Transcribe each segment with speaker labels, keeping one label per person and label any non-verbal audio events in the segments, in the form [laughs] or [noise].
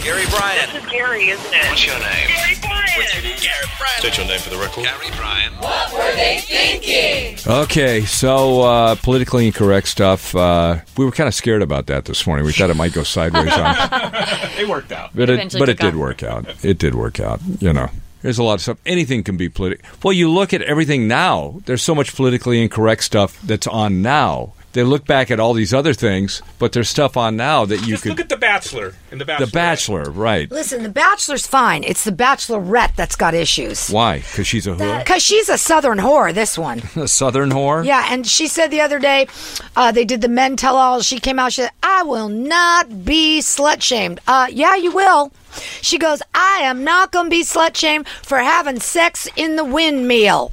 Speaker 1: Gary Bryan.
Speaker 2: This is Gary, isn't it?
Speaker 1: What's your name?
Speaker 2: Gary Bryan.
Speaker 1: Gary Bryan.
Speaker 3: State your name for the record.
Speaker 1: Gary Bryan.
Speaker 4: Okay, so uh, politically incorrect stuff. Uh, we were kind of scared about that this morning. We thought it might go sideways on,
Speaker 3: It worked out.
Speaker 4: but it,
Speaker 5: Eventually
Speaker 4: but it did
Speaker 5: took off.
Speaker 4: work out. It did work out. You know, there's a lot of stuff. Anything can be political. Well, you look at everything now. There's so much politically incorrect stuff that's on now. They look back at all these other things, but there's stuff on now that you
Speaker 3: Just
Speaker 4: could.
Speaker 3: look at The Bachelor and The Bachelor.
Speaker 4: the Bachelor, right?
Speaker 6: Listen, The Bachelor's fine. It's The Bachelorette that's got issues.
Speaker 4: Why? Because she's a whore,
Speaker 6: Because she's a Southern whore, this one.
Speaker 4: [laughs] a Southern whore.
Speaker 6: Yeah, and she said the other day, uh, they did the men tell all. She came out, she said, I will not be slut shamed. Uh, yeah, you will. She goes, I am not going to be slut shamed for having sex in the windmill.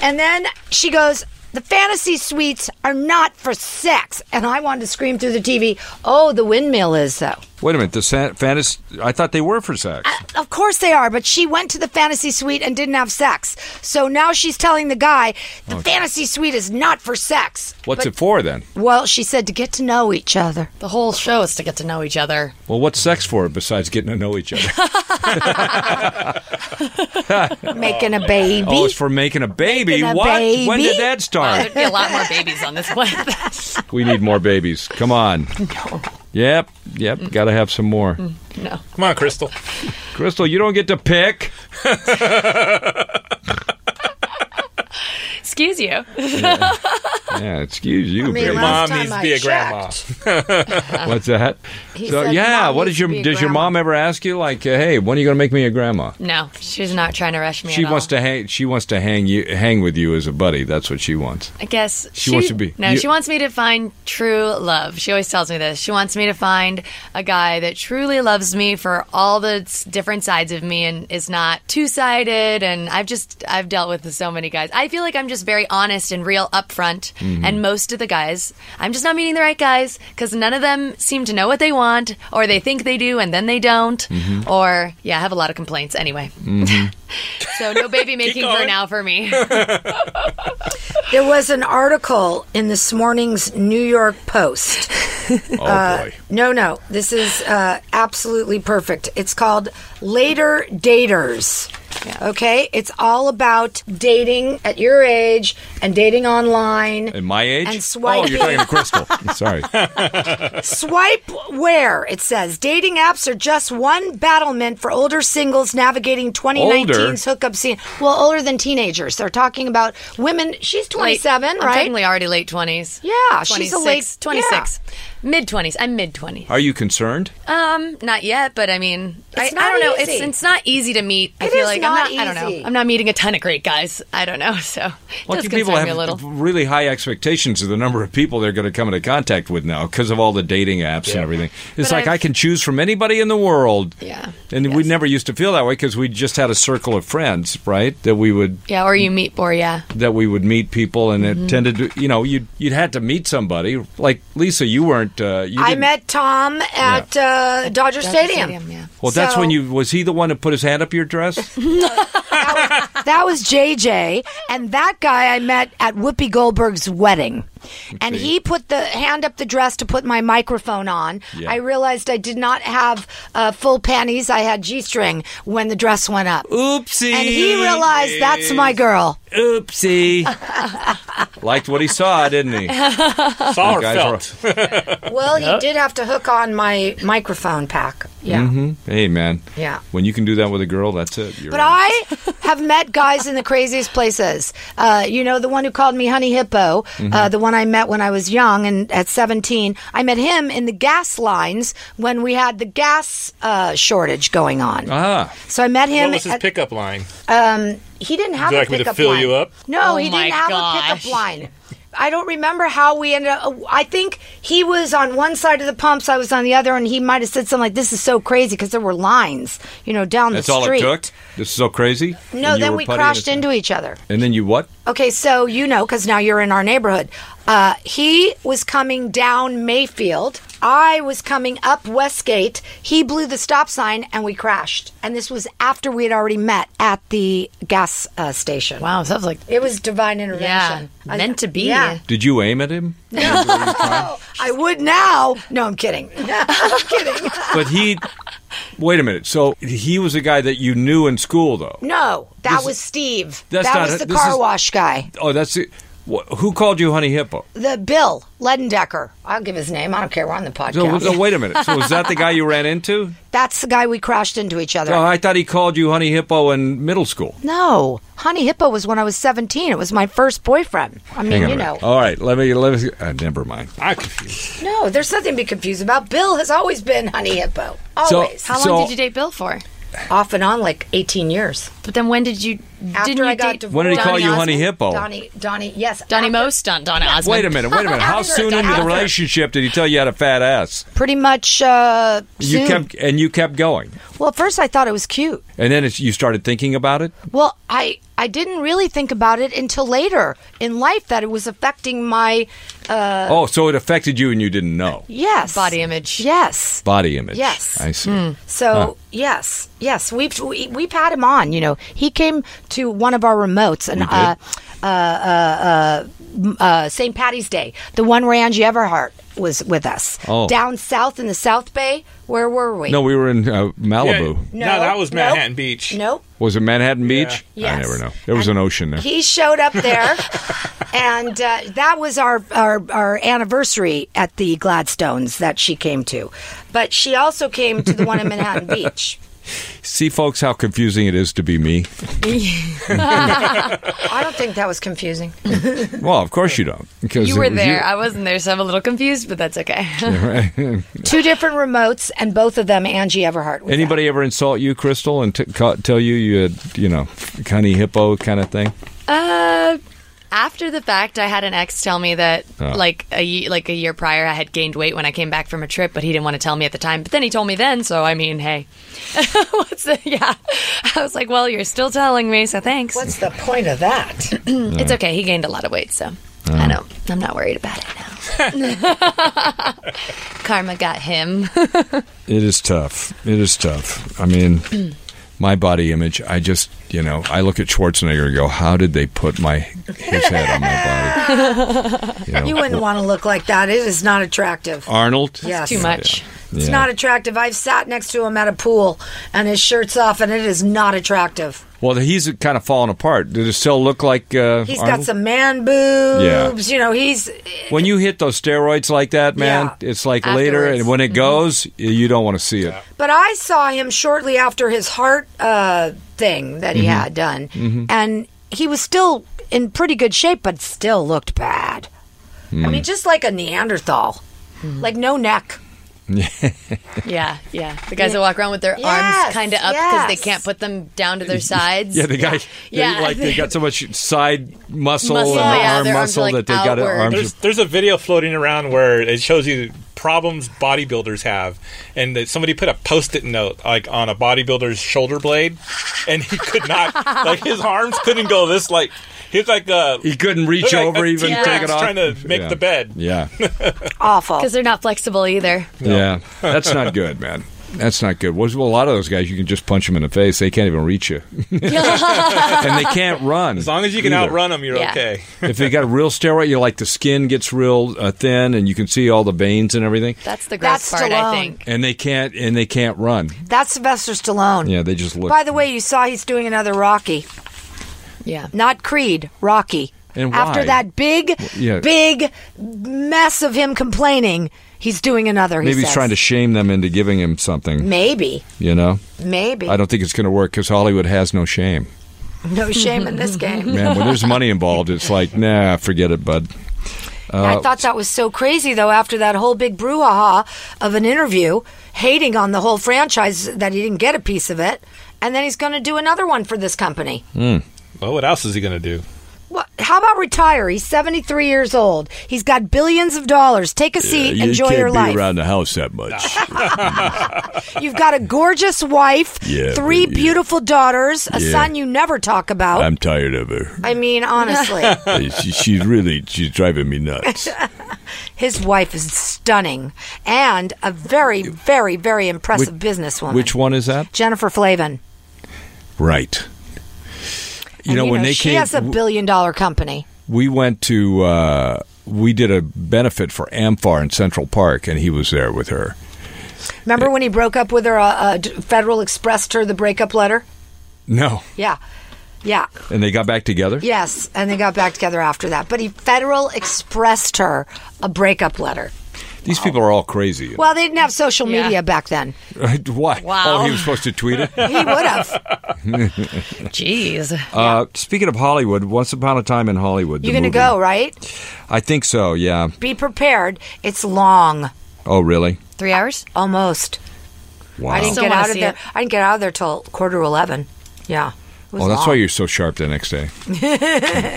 Speaker 6: And then she goes, the fantasy suites are not for sex. And I wanted to scream through the TV, oh, the windmill is, though.
Speaker 4: Wait a minute. The san- fantasy. I thought they were for sex.
Speaker 6: Of course they are, but she went to the fantasy suite and didn't have sex. So now she's telling the guy the fantasy suite is not for sex.
Speaker 4: What's
Speaker 6: But-
Speaker 4: it for then?
Speaker 6: Well, she said to get to know each other.
Speaker 5: The whole show is to get to know each other.
Speaker 4: Well, what's sex for besides getting to know each other?
Speaker 6: Making a baby.
Speaker 4: Oh, it's for making a baby.
Speaker 6: Making a
Speaker 4: what? When
Speaker 6: baby?
Speaker 4: did that
Speaker 5: Wow,
Speaker 4: start?
Speaker 5: there'd be a lot more babies
Speaker 4: [laughs]
Speaker 5: on this planet. [laughs]
Speaker 4: we need more babies. Come
Speaker 6: [laughs]
Speaker 4: on. Yep, yep. Got to have some more.
Speaker 6: Mm.
Speaker 5: no.
Speaker 3: Come on, Crystal.
Speaker 4: Crystal, you don't get to pick.
Speaker 5: Excuse you.
Speaker 4: Yeah, excuse you,
Speaker 6: I mean,
Speaker 4: baby.
Speaker 3: Mom
Speaker 6: last time
Speaker 3: needs to
Speaker 6: I
Speaker 3: be a
Speaker 6: checked,
Speaker 3: grandma.
Speaker 4: What's that?
Speaker 6: He
Speaker 4: So,
Speaker 6: said,
Speaker 4: yeah.
Speaker 6: "Mom
Speaker 4: what
Speaker 6: needs
Speaker 4: is your?
Speaker 6: to be a
Speaker 4: Does your
Speaker 6: grandma."
Speaker 4: mom ever ask you like, uh, "Hey, when are you going to make me a grandma?"
Speaker 5: No, she's not trying to rush me
Speaker 4: She
Speaker 5: at
Speaker 4: wants
Speaker 5: all.
Speaker 4: to hang. She wants to hang you, hang with you as a buddy. That's what she wants.
Speaker 5: I guess
Speaker 4: She wants to be-
Speaker 5: No,
Speaker 4: you-
Speaker 5: she wants me to find true love. She always tells me this. She wants me to find a guy that truly loves me for all the s- different sides of me and is not two sided. And I've just I've dealt with so many guys. I feel like I'm just very honest and real upfront.
Speaker 4: Mm-hmm.
Speaker 5: And most of the guys, I'm just not meeting the right guys because none of them seem to know what they want or they think they do and then they don't.
Speaker 4: Mm-hmm.
Speaker 5: Or yeah, I have a lot of complaints anyway. [laughs] so no baby making for
Speaker 3: going.
Speaker 5: now for me.
Speaker 6: There was an article in this morning's New York Post. Uh,
Speaker 4: Oh boy.
Speaker 6: No, no, this is uh, absolutely perfect. It's called Later Daters. Okay, it's all about dating at your age and dating online.
Speaker 4: At my age?
Speaker 6: And swiping.
Speaker 4: Oh, you're talking to
Speaker 6: [laughs]
Speaker 4: Crystal. Sorry.
Speaker 6: Swipe where it says dating apps are just one battlement for older singles navigating 2019's hookup scene. Well, older than teenagers. They're talking about women. She's 27,
Speaker 5: Late- I'm
Speaker 6: right?
Speaker 5: technically already late 20s.
Speaker 6: Yeah, she's a late-
Speaker 5: 26. Mid 20s. I'm mid 20s.
Speaker 4: Are you concerned?
Speaker 5: Um, not yet, but I mean, I,
Speaker 6: It's not
Speaker 5: I don't know.
Speaker 6: easy.
Speaker 5: It's it's not easy to meet. I
Speaker 6: It
Speaker 5: feel
Speaker 6: is
Speaker 5: like
Speaker 6: not
Speaker 5: I'm not. I don't
Speaker 6: easy.
Speaker 5: know. I'm not meeting a ton of great guys. I don't know. [laughs] So it
Speaker 4: Lucky
Speaker 5: does
Speaker 4: people
Speaker 5: concern
Speaker 4: have
Speaker 5: me a little.
Speaker 4: really high expectations of the number of people they're going to come into contact with now because of all the dating apps and everything. It's
Speaker 5: But
Speaker 4: like
Speaker 5: I've-
Speaker 4: I can choose from anybody in the world.
Speaker 5: Yeah.
Speaker 4: And we never used to feel that way because we just had a circle of friends, right? That we would
Speaker 5: Yeah, or you meet or yeah.
Speaker 4: that we would meet people, and it tended to, you know, you'd you'd had to meet somebody. Like Lisa, you weren't. Uh, you
Speaker 6: I
Speaker 4: didn't-
Speaker 6: met Tom at uh, Dodger, Stadium.
Speaker 5: yeah.
Speaker 4: Well, that's
Speaker 6: so-
Speaker 4: when you was he the one that put his hand up your dress?
Speaker 6: That was JJ, and that guy I met at Whoopi Goldberg's wedding. And
Speaker 4: Okay.
Speaker 6: he put the hand up the dress to put my microphone on.
Speaker 4: Yeah.
Speaker 6: I realized I did not have uh, full panties. I had G string when the dress went up.
Speaker 4: Oopsie.
Speaker 6: And he realized that's my girl.
Speaker 4: Oopsie. Liked what he saw, didn't he?
Speaker 3: Saw or
Speaker 4: Guys
Speaker 3: felt.
Speaker 4: were-
Speaker 6: Well, he did have to hook on my microphone pack. Yeah.
Speaker 4: Mm-hmm. hey, man.
Speaker 6: Yeah.
Speaker 4: When you can do that with a girl, that's it. You're
Speaker 6: But I have met guys in the craziest places. Uh, you know, the one who called me Honey Hippo, uh,
Speaker 4: Mm-hmm.
Speaker 6: the one I met when I was young and at 17, I met him in the gas lines when we had the gas uh, shortage going on.
Speaker 4: Ah,
Speaker 6: so I met him.
Speaker 3: What was his
Speaker 6: at-
Speaker 3: pickup line?
Speaker 6: he didn't have
Speaker 3: you
Speaker 6: a
Speaker 3: like me to
Speaker 6: pickup
Speaker 3: fill
Speaker 6: line.
Speaker 3: you up?
Speaker 6: No,
Speaker 5: Oh
Speaker 6: he
Speaker 5: my
Speaker 6: didn't have a
Speaker 5: gosh.
Speaker 6: pickup line. I don't remember how we ended up. uh, I think he was on one side of the pumps, I was on the other, and he might have said something like, This is so crazy because there were lines, you know, down
Speaker 4: that's
Speaker 6: the
Speaker 4: all
Speaker 6: street.
Speaker 4: it took? This is so crazy?
Speaker 6: No,
Speaker 4: And you
Speaker 6: then
Speaker 4: were
Speaker 6: we
Speaker 4: putting
Speaker 6: crashed
Speaker 4: it-
Speaker 6: into each other.
Speaker 4: And then you what?
Speaker 6: Okay, so you know, because now you're in our neighborhood. Uh, he was coming down Mayfield. I was coming up Westgate. He blew the stop sign and we crashed. And this was after we had already met at the gas uh, station.
Speaker 5: Wow, sounds like
Speaker 6: It was divine
Speaker 5: yeah,
Speaker 6: intervention. I-
Speaker 5: meant to be.
Speaker 6: Yeah. Oh,
Speaker 4: Did you aim at
Speaker 6: [laughs]
Speaker 4: him?
Speaker 5: [laughs]
Speaker 6: I would now. No, I'm kidding. No, I'm kidding.
Speaker 4: But he Wait a minute. So he was a guy that you knew in school, though.
Speaker 6: [laughs] No, that
Speaker 4: This-
Speaker 6: was Steve.
Speaker 4: That's
Speaker 6: that
Speaker 4: not
Speaker 6: was
Speaker 4: it.
Speaker 6: the
Speaker 4: This
Speaker 6: car
Speaker 4: is-
Speaker 6: wash guy.
Speaker 4: Oh, that's it. Wha who called you Honey Hippo?
Speaker 6: The Bill Ledendecker. I'll give his name. I don't care. We're on the
Speaker 4: So,
Speaker 6: podcast.
Speaker 4: so wait a minute. So was that the guy you ran into?
Speaker 6: That's the guy we crashed into each other.
Speaker 4: Oh, I thought he called you Honey Hippo in middle school.
Speaker 6: no, Honey Hippo was when I was 17. It was my first boyfriend. I mean,
Speaker 4: Hang on
Speaker 6: you
Speaker 4: a
Speaker 6: know.
Speaker 4: minute. Oh. All right, let me let me. Uh, never mind.
Speaker 3: I'm confused.
Speaker 6: No, there's nothing to be confused about. Bill has always been Honey Hippo. Always.
Speaker 5: How long
Speaker 4: So-
Speaker 5: did you date Bill for?
Speaker 6: Off and on, like 18 years.
Speaker 5: But then when did you?
Speaker 6: After
Speaker 5: didn't you
Speaker 6: I got
Speaker 5: date
Speaker 6: divorced.
Speaker 4: When did he call
Speaker 5: Donny
Speaker 4: you Honey
Speaker 5: Osmond?
Speaker 4: Hippo?
Speaker 6: Donnie, Donnie, yes.
Speaker 5: Donnie
Speaker 6: after-
Speaker 5: Most, Don, Don Osmond.
Speaker 4: Wait a minute. Wait a
Speaker 6: [laughs]
Speaker 4: minute. How
Speaker 6: After,
Speaker 4: soon into the
Speaker 6: after.
Speaker 4: relationship did he tell you had a fat ass?
Speaker 6: Pretty much uh,
Speaker 4: You
Speaker 6: soon.
Speaker 4: kept and you kept going,
Speaker 6: Well, at first I thought it was cute.
Speaker 4: and then it's, you started thinking about it.
Speaker 6: Well, I I didn't really think about it until later in life that it was affecting my Uh,
Speaker 4: oh, so it affected you, and you didn't know
Speaker 6: yes
Speaker 5: Body image.
Speaker 6: Yes.
Speaker 4: body image.
Speaker 6: Yes. Hmm.
Speaker 4: I see.
Speaker 6: So yes, yes, we've we, we've had him on. You know, he came to one of our remotes and
Speaker 4: We did.
Speaker 6: uh, uh, uh, uh, uh, St. Patty's Day, the one where Angie Everhart was with us
Speaker 4: Oh.
Speaker 6: down south in the South Bay. Where were we?
Speaker 4: No, we were in uh, Malibu.
Speaker 3: No, that was Manhattan Beach.
Speaker 6: Nope.
Speaker 4: Was it Manhattan Beach?
Speaker 6: Yes.
Speaker 4: I never know. There was
Speaker 6: And
Speaker 4: an ocean there.
Speaker 6: He showed
Speaker 4: [laughs]
Speaker 6: up there, and uh, that was our, our our anniversary at the Gladstones that she came to. But she also came to the one in
Speaker 4: [laughs]
Speaker 6: Manhattan Beach.
Speaker 4: see, folks, how confusing it is to be me.
Speaker 6: I don't think that was confusing.
Speaker 4: Well, of course you don't, because
Speaker 5: You were
Speaker 4: it was [laughs]
Speaker 5: there. I wasn't there, so I'm a little confused, but that's okay.
Speaker 6: Two different remotes, and both of them Angie Everhart. Was
Speaker 4: Anybody ever insult you, Crystal, and t- ca- tell you you had, you know, honey hippo kind of thing?
Speaker 5: Uh, after the fact, I had an ex tell me that like a ye- like a year prior, I had gained weight when I came back from a trip, but he didn't want to tell me at the time. But then he told me then, so I mean, hey, [laughs] what's the yeah? I was like, well, you're still telling me, so thanks.
Speaker 6: at. What's the point of that?
Speaker 5: It's okay. He gained a lot of weight, so I know I'm not worried about it now. [laughs] Karma got him. [laughs]
Speaker 4: It is tough. It is tough. I mean, my body image. I just, you know, I look at Schwarzenegger and go, "How did they put my his head on my body?" You
Speaker 5: [laughs]
Speaker 4: know,
Speaker 6: You wouldn't want to look like that. It is not attractive.
Speaker 4: Arnold.
Speaker 6: Yes.
Speaker 5: Too much.
Speaker 6: It's
Speaker 4: Yeah.
Speaker 6: not attractive. I've sat next to him at a pool, and his shirt's off, and it is not attractive.
Speaker 4: Well, he's kind of falling apart. Did it still look like uh,
Speaker 6: He's
Speaker 4: Arnold?
Speaker 6: got some man boobs. You know, he's
Speaker 4: When you hit those steroids like that, man,
Speaker 6: Yeah.
Speaker 4: it's like later,
Speaker 5: Afterwards. Mm-hmm.
Speaker 4: and when it goes, y- you don't want to see it.
Speaker 6: But I saw him shortly after his heart uh, thing that he
Speaker 4: Mm-hmm.
Speaker 6: had done, and he was still in pretty good shape, but still looked bad. I
Speaker 4: Mm.
Speaker 6: mean, just like a Neanderthal, like no neck.
Speaker 5: Yeah, yeah. The guys that walk around with their
Speaker 6: Yes,
Speaker 5: arms kind of up because they
Speaker 6: yes.
Speaker 5: can't put them down to
Speaker 6: [laughs]
Speaker 5: their sides.
Speaker 4: Yeah, the
Speaker 5: [laughs]
Speaker 4: guy,
Speaker 5: Yeah.
Speaker 4: They, like they got so much side muscle,
Speaker 5: Muscle,
Speaker 4: and
Speaker 5: yeah,
Speaker 4: arm
Speaker 5: their arms
Speaker 4: muscle
Speaker 5: are,
Speaker 4: that
Speaker 5: like,
Speaker 4: they got
Speaker 5: outward.
Speaker 4: arms.
Speaker 3: There's there's a video floating around where it shows you problems bodybuilders have, and that somebody put a post-it note like on a bodybuilder's shoulder blade, and he could
Speaker 6: [laughs]
Speaker 3: not like his arms couldn't go this like he's like uh
Speaker 4: He couldn't reach
Speaker 3: looked like
Speaker 4: over
Speaker 3: a
Speaker 4: even
Speaker 3: T-Rex
Speaker 4: take it off.
Speaker 3: trying to make
Speaker 4: Yeah.
Speaker 3: the bed.
Speaker 4: Yeah,
Speaker 6: Awful.
Speaker 5: Because they're not
Speaker 6: [laughs]
Speaker 5: flexible either.
Speaker 4: yeah, [laughs] that's not good, man. That's not good. Well, a lot of those guys, you can just punch them in the face; they can't even reach you, [laughs] and they can't run.
Speaker 3: As long as you can
Speaker 4: either.
Speaker 3: outrun them, you're
Speaker 5: Yeah.
Speaker 3: okay.
Speaker 4: if they got a real steroid, you're like the skin gets real uh, thin, and you can see all the veins and everything.
Speaker 5: [laughs] That's the
Speaker 6: That's
Speaker 5: gross part, I
Speaker 6: Stallone.
Speaker 5: think.
Speaker 4: And they can't, and they can't run.
Speaker 6: That's Sylvester Stallone.
Speaker 4: Yeah, they just look.
Speaker 6: By the way, you saw he's doing another Rocky,
Speaker 5: Yeah.
Speaker 6: not Creed, Rocky.
Speaker 4: And why?
Speaker 6: After that big,
Speaker 4: yeah.
Speaker 6: big mess of him complaining, he's doing another. he
Speaker 4: Maybe he's
Speaker 6: says.
Speaker 4: trying to shame them into giving him something.
Speaker 6: Maybe,
Speaker 4: You know,
Speaker 6: maybe.
Speaker 4: I don't think it's going to work because Hollywood has no shame. [laughs]
Speaker 6: No shame in this game.
Speaker 4: Man, when there's money involved, it's like, nah, forget it, bud. Uh,
Speaker 6: I thought that was so crazy, though, after that whole big brouhaha of an interview, hating on the whole franchise that he didn't get a piece of it. And then he's going to do another one for this company.
Speaker 3: Well, what else is he gonna do?
Speaker 6: What, how about retire? He's 73 years old. He's got billions of dollars. Take a seat, enjoy your life.
Speaker 4: the house that
Speaker 6: [laughs]
Speaker 4: much.
Speaker 6: You've got a gorgeous wife,
Speaker 4: [laughs] Yeah,
Speaker 6: three
Speaker 4: but, yeah.
Speaker 6: beautiful daughters, a
Speaker 4: Yeah.
Speaker 6: son you never talk about.
Speaker 4: tired of her.
Speaker 6: I
Speaker 4: [laughs]
Speaker 6: mean, honestly,
Speaker 4: Uh, She, she's really she's driving me
Speaker 6: [laughs]
Speaker 4: nuts.
Speaker 6: his wife is stunning and a very, very, very impressive businesswoman.
Speaker 4: Which one is that?
Speaker 6: Jennifer Flavin.
Speaker 4: Right. You
Speaker 6: And,
Speaker 4: know, when they
Speaker 6: she
Speaker 4: came,
Speaker 6: has a billion dollar company.
Speaker 4: we went to uh, we did a benefit for Amfar in Central Park, and he was there with her.
Speaker 6: Remember when he broke up with her? Uh, uh, D- Federal expressed her the breakup letter.
Speaker 4: No.
Speaker 6: Yeah, yeah,
Speaker 4: And they got back together?
Speaker 6: yes. And they got back together after that. But he Federal expressed her a breakup letter.
Speaker 4: These people are all crazy. [laughs] you know.
Speaker 6: Well, they didn't have social
Speaker 5: Yeah.
Speaker 6: media back then.
Speaker 4: Why?
Speaker 5: Wow.
Speaker 4: Oh, he was supposed to tweet
Speaker 6: [laughs]
Speaker 4: it?
Speaker 5: [laughs]
Speaker 6: He would have.
Speaker 5: Mm, Jeez.
Speaker 4: uh, speaking of Hollywood, Once Upon a Time in Hollywood. the
Speaker 6: You're going to
Speaker 4: movie.
Speaker 6: go, right?
Speaker 4: I think so, yeah.
Speaker 6: Be prepared. It's long,
Speaker 4: Oh, really?
Speaker 5: Three hours?
Speaker 6: almost.
Speaker 4: Wow.
Speaker 6: I didn't
Speaker 5: Still
Speaker 6: get
Speaker 5: wanna
Speaker 6: out of
Speaker 5: see
Speaker 6: there.
Speaker 5: it.
Speaker 6: I didn't get out of there till quarter to eleven. Yeah. It was
Speaker 4: Oh, that's
Speaker 6: long.
Speaker 4: why you're so sharp the next
Speaker 6: [laughs]
Speaker 4: day.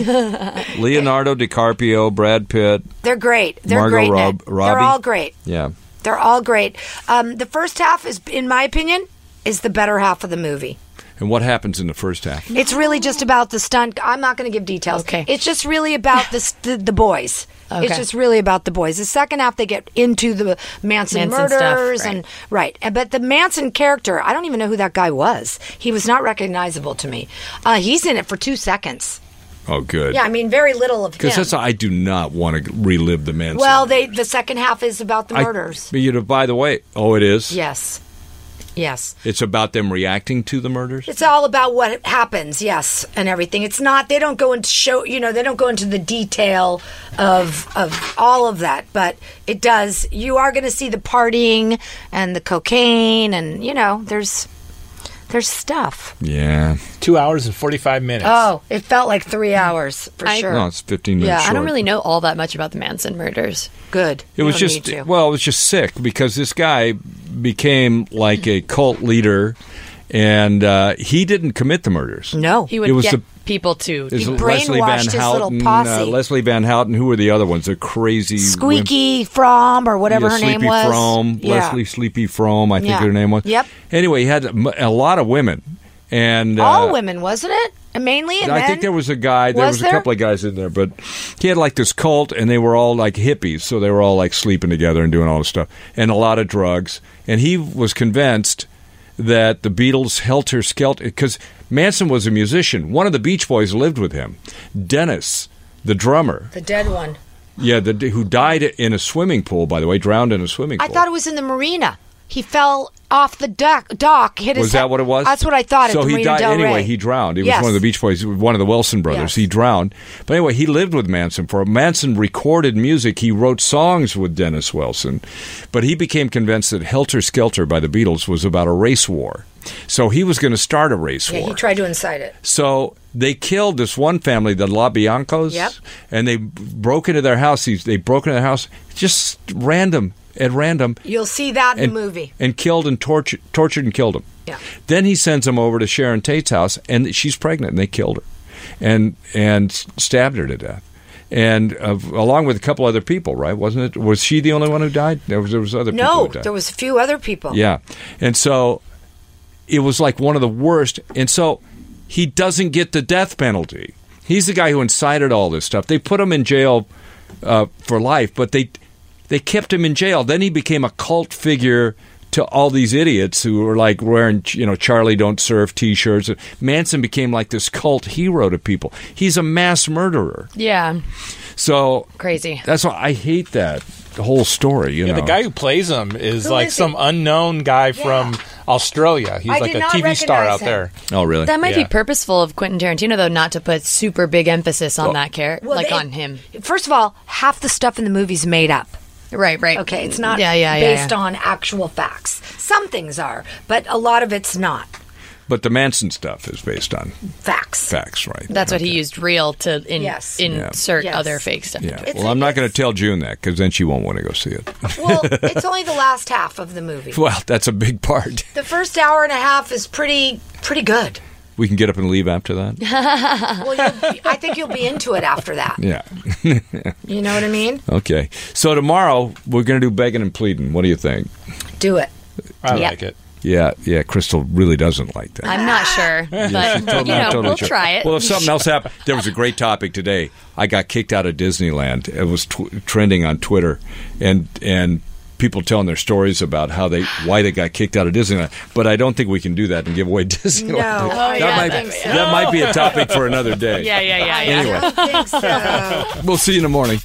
Speaker 4: Leonardo DiCaprio, Brad Pitt.
Speaker 6: They're great. They're
Speaker 4: Margot
Speaker 6: great. in it.
Speaker 4: Rob-
Speaker 6: They're
Speaker 4: Robbie?
Speaker 6: all great.
Speaker 4: Yeah.
Speaker 6: They're all great. Um, the first half is, in my opinion, is the better half of the movie.
Speaker 4: And what happens in the first half?
Speaker 6: It's really just about the stunt. I'm not going to give details.
Speaker 5: Okay.
Speaker 6: It's just really about the the, the boys.
Speaker 5: Okay.
Speaker 6: It's just really about the boys. The second half, they get into the Manson,
Speaker 5: Manson stuff,
Speaker 6: murders
Speaker 5: right.
Speaker 6: and right. And- But the Manson character, I don't even know who that guy was. He was not recognizable to me. Uh, he's in it for two seconds.
Speaker 4: Oh, good.
Speaker 6: Yeah, I mean, very little of him.
Speaker 4: Because that's I do not want to relive the Manson.
Speaker 6: well, they the second half is about the
Speaker 4: I-
Speaker 6: murders.
Speaker 4: but you know, by the way, oh, it is.
Speaker 6: yes, yes.
Speaker 4: It's about them reacting to the murders.
Speaker 6: It's all about what happens, yes, and everything. It's not they don't go into show, you know, they don't go into the detail of of all of that, but it does. You are going to see the partying and the cocaine and you know, there's there's stuff.
Speaker 4: Yeah.
Speaker 3: Two hours and forty-five minutes.
Speaker 6: Oh, it felt like 3 hours for
Speaker 5: I-
Speaker 6: sure.
Speaker 4: No, it's 15 minutes.
Speaker 6: Yeah,
Speaker 5: I
Speaker 4: short.
Speaker 5: don't really know all that much about the Manson murders.
Speaker 6: Good.
Speaker 4: It was just well, it was just sick because this guy became like a cult leader, and uh, he didn't commit the murders.
Speaker 6: No.
Speaker 5: He would
Speaker 4: It was
Speaker 5: get
Speaker 4: the-
Speaker 5: people to.
Speaker 4: Is
Speaker 6: He
Speaker 4: it Leslie
Speaker 6: brainwashed
Speaker 4: Van
Speaker 6: his little
Speaker 4: Houten,
Speaker 6: posse.
Speaker 4: Uh, Leslie Van Houten. Who were the other ones? The crazy
Speaker 6: Squeaky Fromm or
Speaker 4: wimp-
Speaker 6: whatever
Speaker 4: yeah,
Speaker 6: her name
Speaker 4: Sleepy
Speaker 6: was.
Speaker 4: Frome, Leslie Sleepy Frome. I think
Speaker 6: Yeah.
Speaker 4: her name was.
Speaker 6: Yep.
Speaker 4: Anyway, he had a m- a lot of women, and
Speaker 6: All
Speaker 4: uh,
Speaker 6: women, wasn't it? And mainly and
Speaker 4: I think
Speaker 6: men?
Speaker 4: there was a guy. There
Speaker 6: Was
Speaker 4: was,
Speaker 6: there?
Speaker 4: a couple of guys in there, but he had like this cult, and they were all like hippies, so they were all like sleeping together and doing all this stuff, and a lot of drugs. And he was convinced that the Beatles helter skelter because Manson was a musician. One of the Beach Boys lived with him, Dennis, the drummer.
Speaker 6: the dead one.
Speaker 4: Yeah, the, who died in a swimming pool. By the way, drowned in a swimming
Speaker 6: I
Speaker 4: pool.
Speaker 6: thought it was in the marina. He fell off the dock. dock hit his
Speaker 4: was that what it was?
Speaker 6: That's what I thought.
Speaker 4: So
Speaker 6: at the
Speaker 4: he
Speaker 6: Marina
Speaker 4: died
Speaker 6: Del
Speaker 4: anyway.
Speaker 6: Rey.
Speaker 4: He drowned. He
Speaker 6: Yes.
Speaker 4: was one of the Beach Boys, one of the Wilson brothers.
Speaker 6: Yes.
Speaker 4: He drowned. But anyway, he lived with Manson for. Manson recorded music. He wrote songs with Dennis Wilson, but he became convinced that "Helter Skelter" by the Beatles was about a race war. So he was going to start a race
Speaker 6: Yeah,
Speaker 4: war.
Speaker 6: he tried to incite it.
Speaker 4: So they killed this one family, the La Biancos,
Speaker 6: Yep.
Speaker 4: and they broke into their house. These- They broke into their house just random at random
Speaker 6: You'll see that in
Speaker 4: and,
Speaker 6: the movie.
Speaker 4: and killed and tortured, tortured and killed him.
Speaker 6: Yeah.
Speaker 4: Then he sends him over to Sharon Tate's house, and she's pregnant, and they killed her, and and stabbed her to death, and uh, along with a couple other people, right? Wasn't it? Was she the only one who died? There was there was other people.
Speaker 6: No,
Speaker 4: who died.
Speaker 6: there was a few other people.
Speaker 4: Yeah, and so it was like one of the worst, and so he doesn't get the death penalty. He's the guy who incited all this stuff. They put him in jail uh, for life, but they they kept him in jail. Then he became a cult figure to all these idiots who were like wearing you know Charlie Don't Surf T-shirts. Manson became like this cult hero to people. He's a mass murderer.
Speaker 5: Yeah.
Speaker 4: So
Speaker 5: Crazy.
Speaker 4: That's why I hate that whole story. You
Speaker 3: Yeah,
Speaker 4: know,
Speaker 3: the guy who plays him is
Speaker 6: Who
Speaker 3: like
Speaker 6: is he?
Speaker 3: some unknown guy from Australia. He's
Speaker 6: I
Speaker 3: like
Speaker 6: did
Speaker 3: a
Speaker 6: not
Speaker 3: TV star
Speaker 6: recognize
Speaker 3: out
Speaker 6: him.
Speaker 3: there.
Speaker 4: Oh, really?
Speaker 5: That might
Speaker 3: Yeah.
Speaker 5: be purposeful of Quentin Tarantino, though, not to put super big emphasis on that character,
Speaker 6: Well,
Speaker 5: like
Speaker 6: they-
Speaker 5: on him.
Speaker 6: First of all, half the stuff in the movie's made up.
Speaker 5: Right, right.
Speaker 6: Okay, it's not
Speaker 5: Yeah, yeah, yeah.
Speaker 6: based
Speaker 5: yeah.
Speaker 6: on actual facts. Some things are, but a lot of it's not
Speaker 4: But the Manson stuff is based on
Speaker 6: facts.
Speaker 4: facts, right?
Speaker 5: That's what
Speaker 4: Okay.
Speaker 5: he used real to in,
Speaker 6: Yes.
Speaker 5: insert
Speaker 6: Yeah. Yes.
Speaker 5: other fake stuff.
Speaker 4: Yeah.
Speaker 6: It's
Speaker 4: well, I'm
Speaker 6: like
Speaker 4: not going
Speaker 6: this.
Speaker 4: to tell June that because then she won't want to go see it. [laughs]
Speaker 6: well, it's only the last half of the movie.
Speaker 4: well, that's a big part. [laughs]
Speaker 6: The first hour and a half is pretty pretty good.
Speaker 4: We can get up and leave after
Speaker 5: [laughs]
Speaker 4: that.
Speaker 5: Uh-huh.
Speaker 6: Well, you'll, I think you'll be into it after that.
Speaker 4: yeah.
Speaker 6: You know what I mean?
Speaker 4: Okay. So tomorrow we're going to do begging and pleading. What do you think?
Speaker 6: Do it.
Speaker 3: I
Speaker 6: Yeah.
Speaker 3: like it.
Speaker 4: Yeah. Yeah. Crystal really doesn't like that.
Speaker 5: I'm
Speaker 4: [laughs]
Speaker 5: not sure, but
Speaker 4: Totally,
Speaker 5: you know,
Speaker 4: not totally
Speaker 5: we'll
Speaker 4: sure.
Speaker 5: try it.
Speaker 4: Well, if something else happened, there was a great topic today. I got kicked out of Disneyland. It was tw- trending on Twitter, and and people telling their stories about how they why they got kicked out of Disneyland. But I don't think we can do that and give away [laughs] Disneyland.
Speaker 6: No, Oh,
Speaker 4: that
Speaker 6: I
Speaker 5: don't
Speaker 4: might
Speaker 5: think so.
Speaker 4: that might be a topic for another day.
Speaker 5: yeah, yeah, yeah. yeah.
Speaker 4: Anyway,
Speaker 6: I don't think so.
Speaker 4: we'll see you in the morning.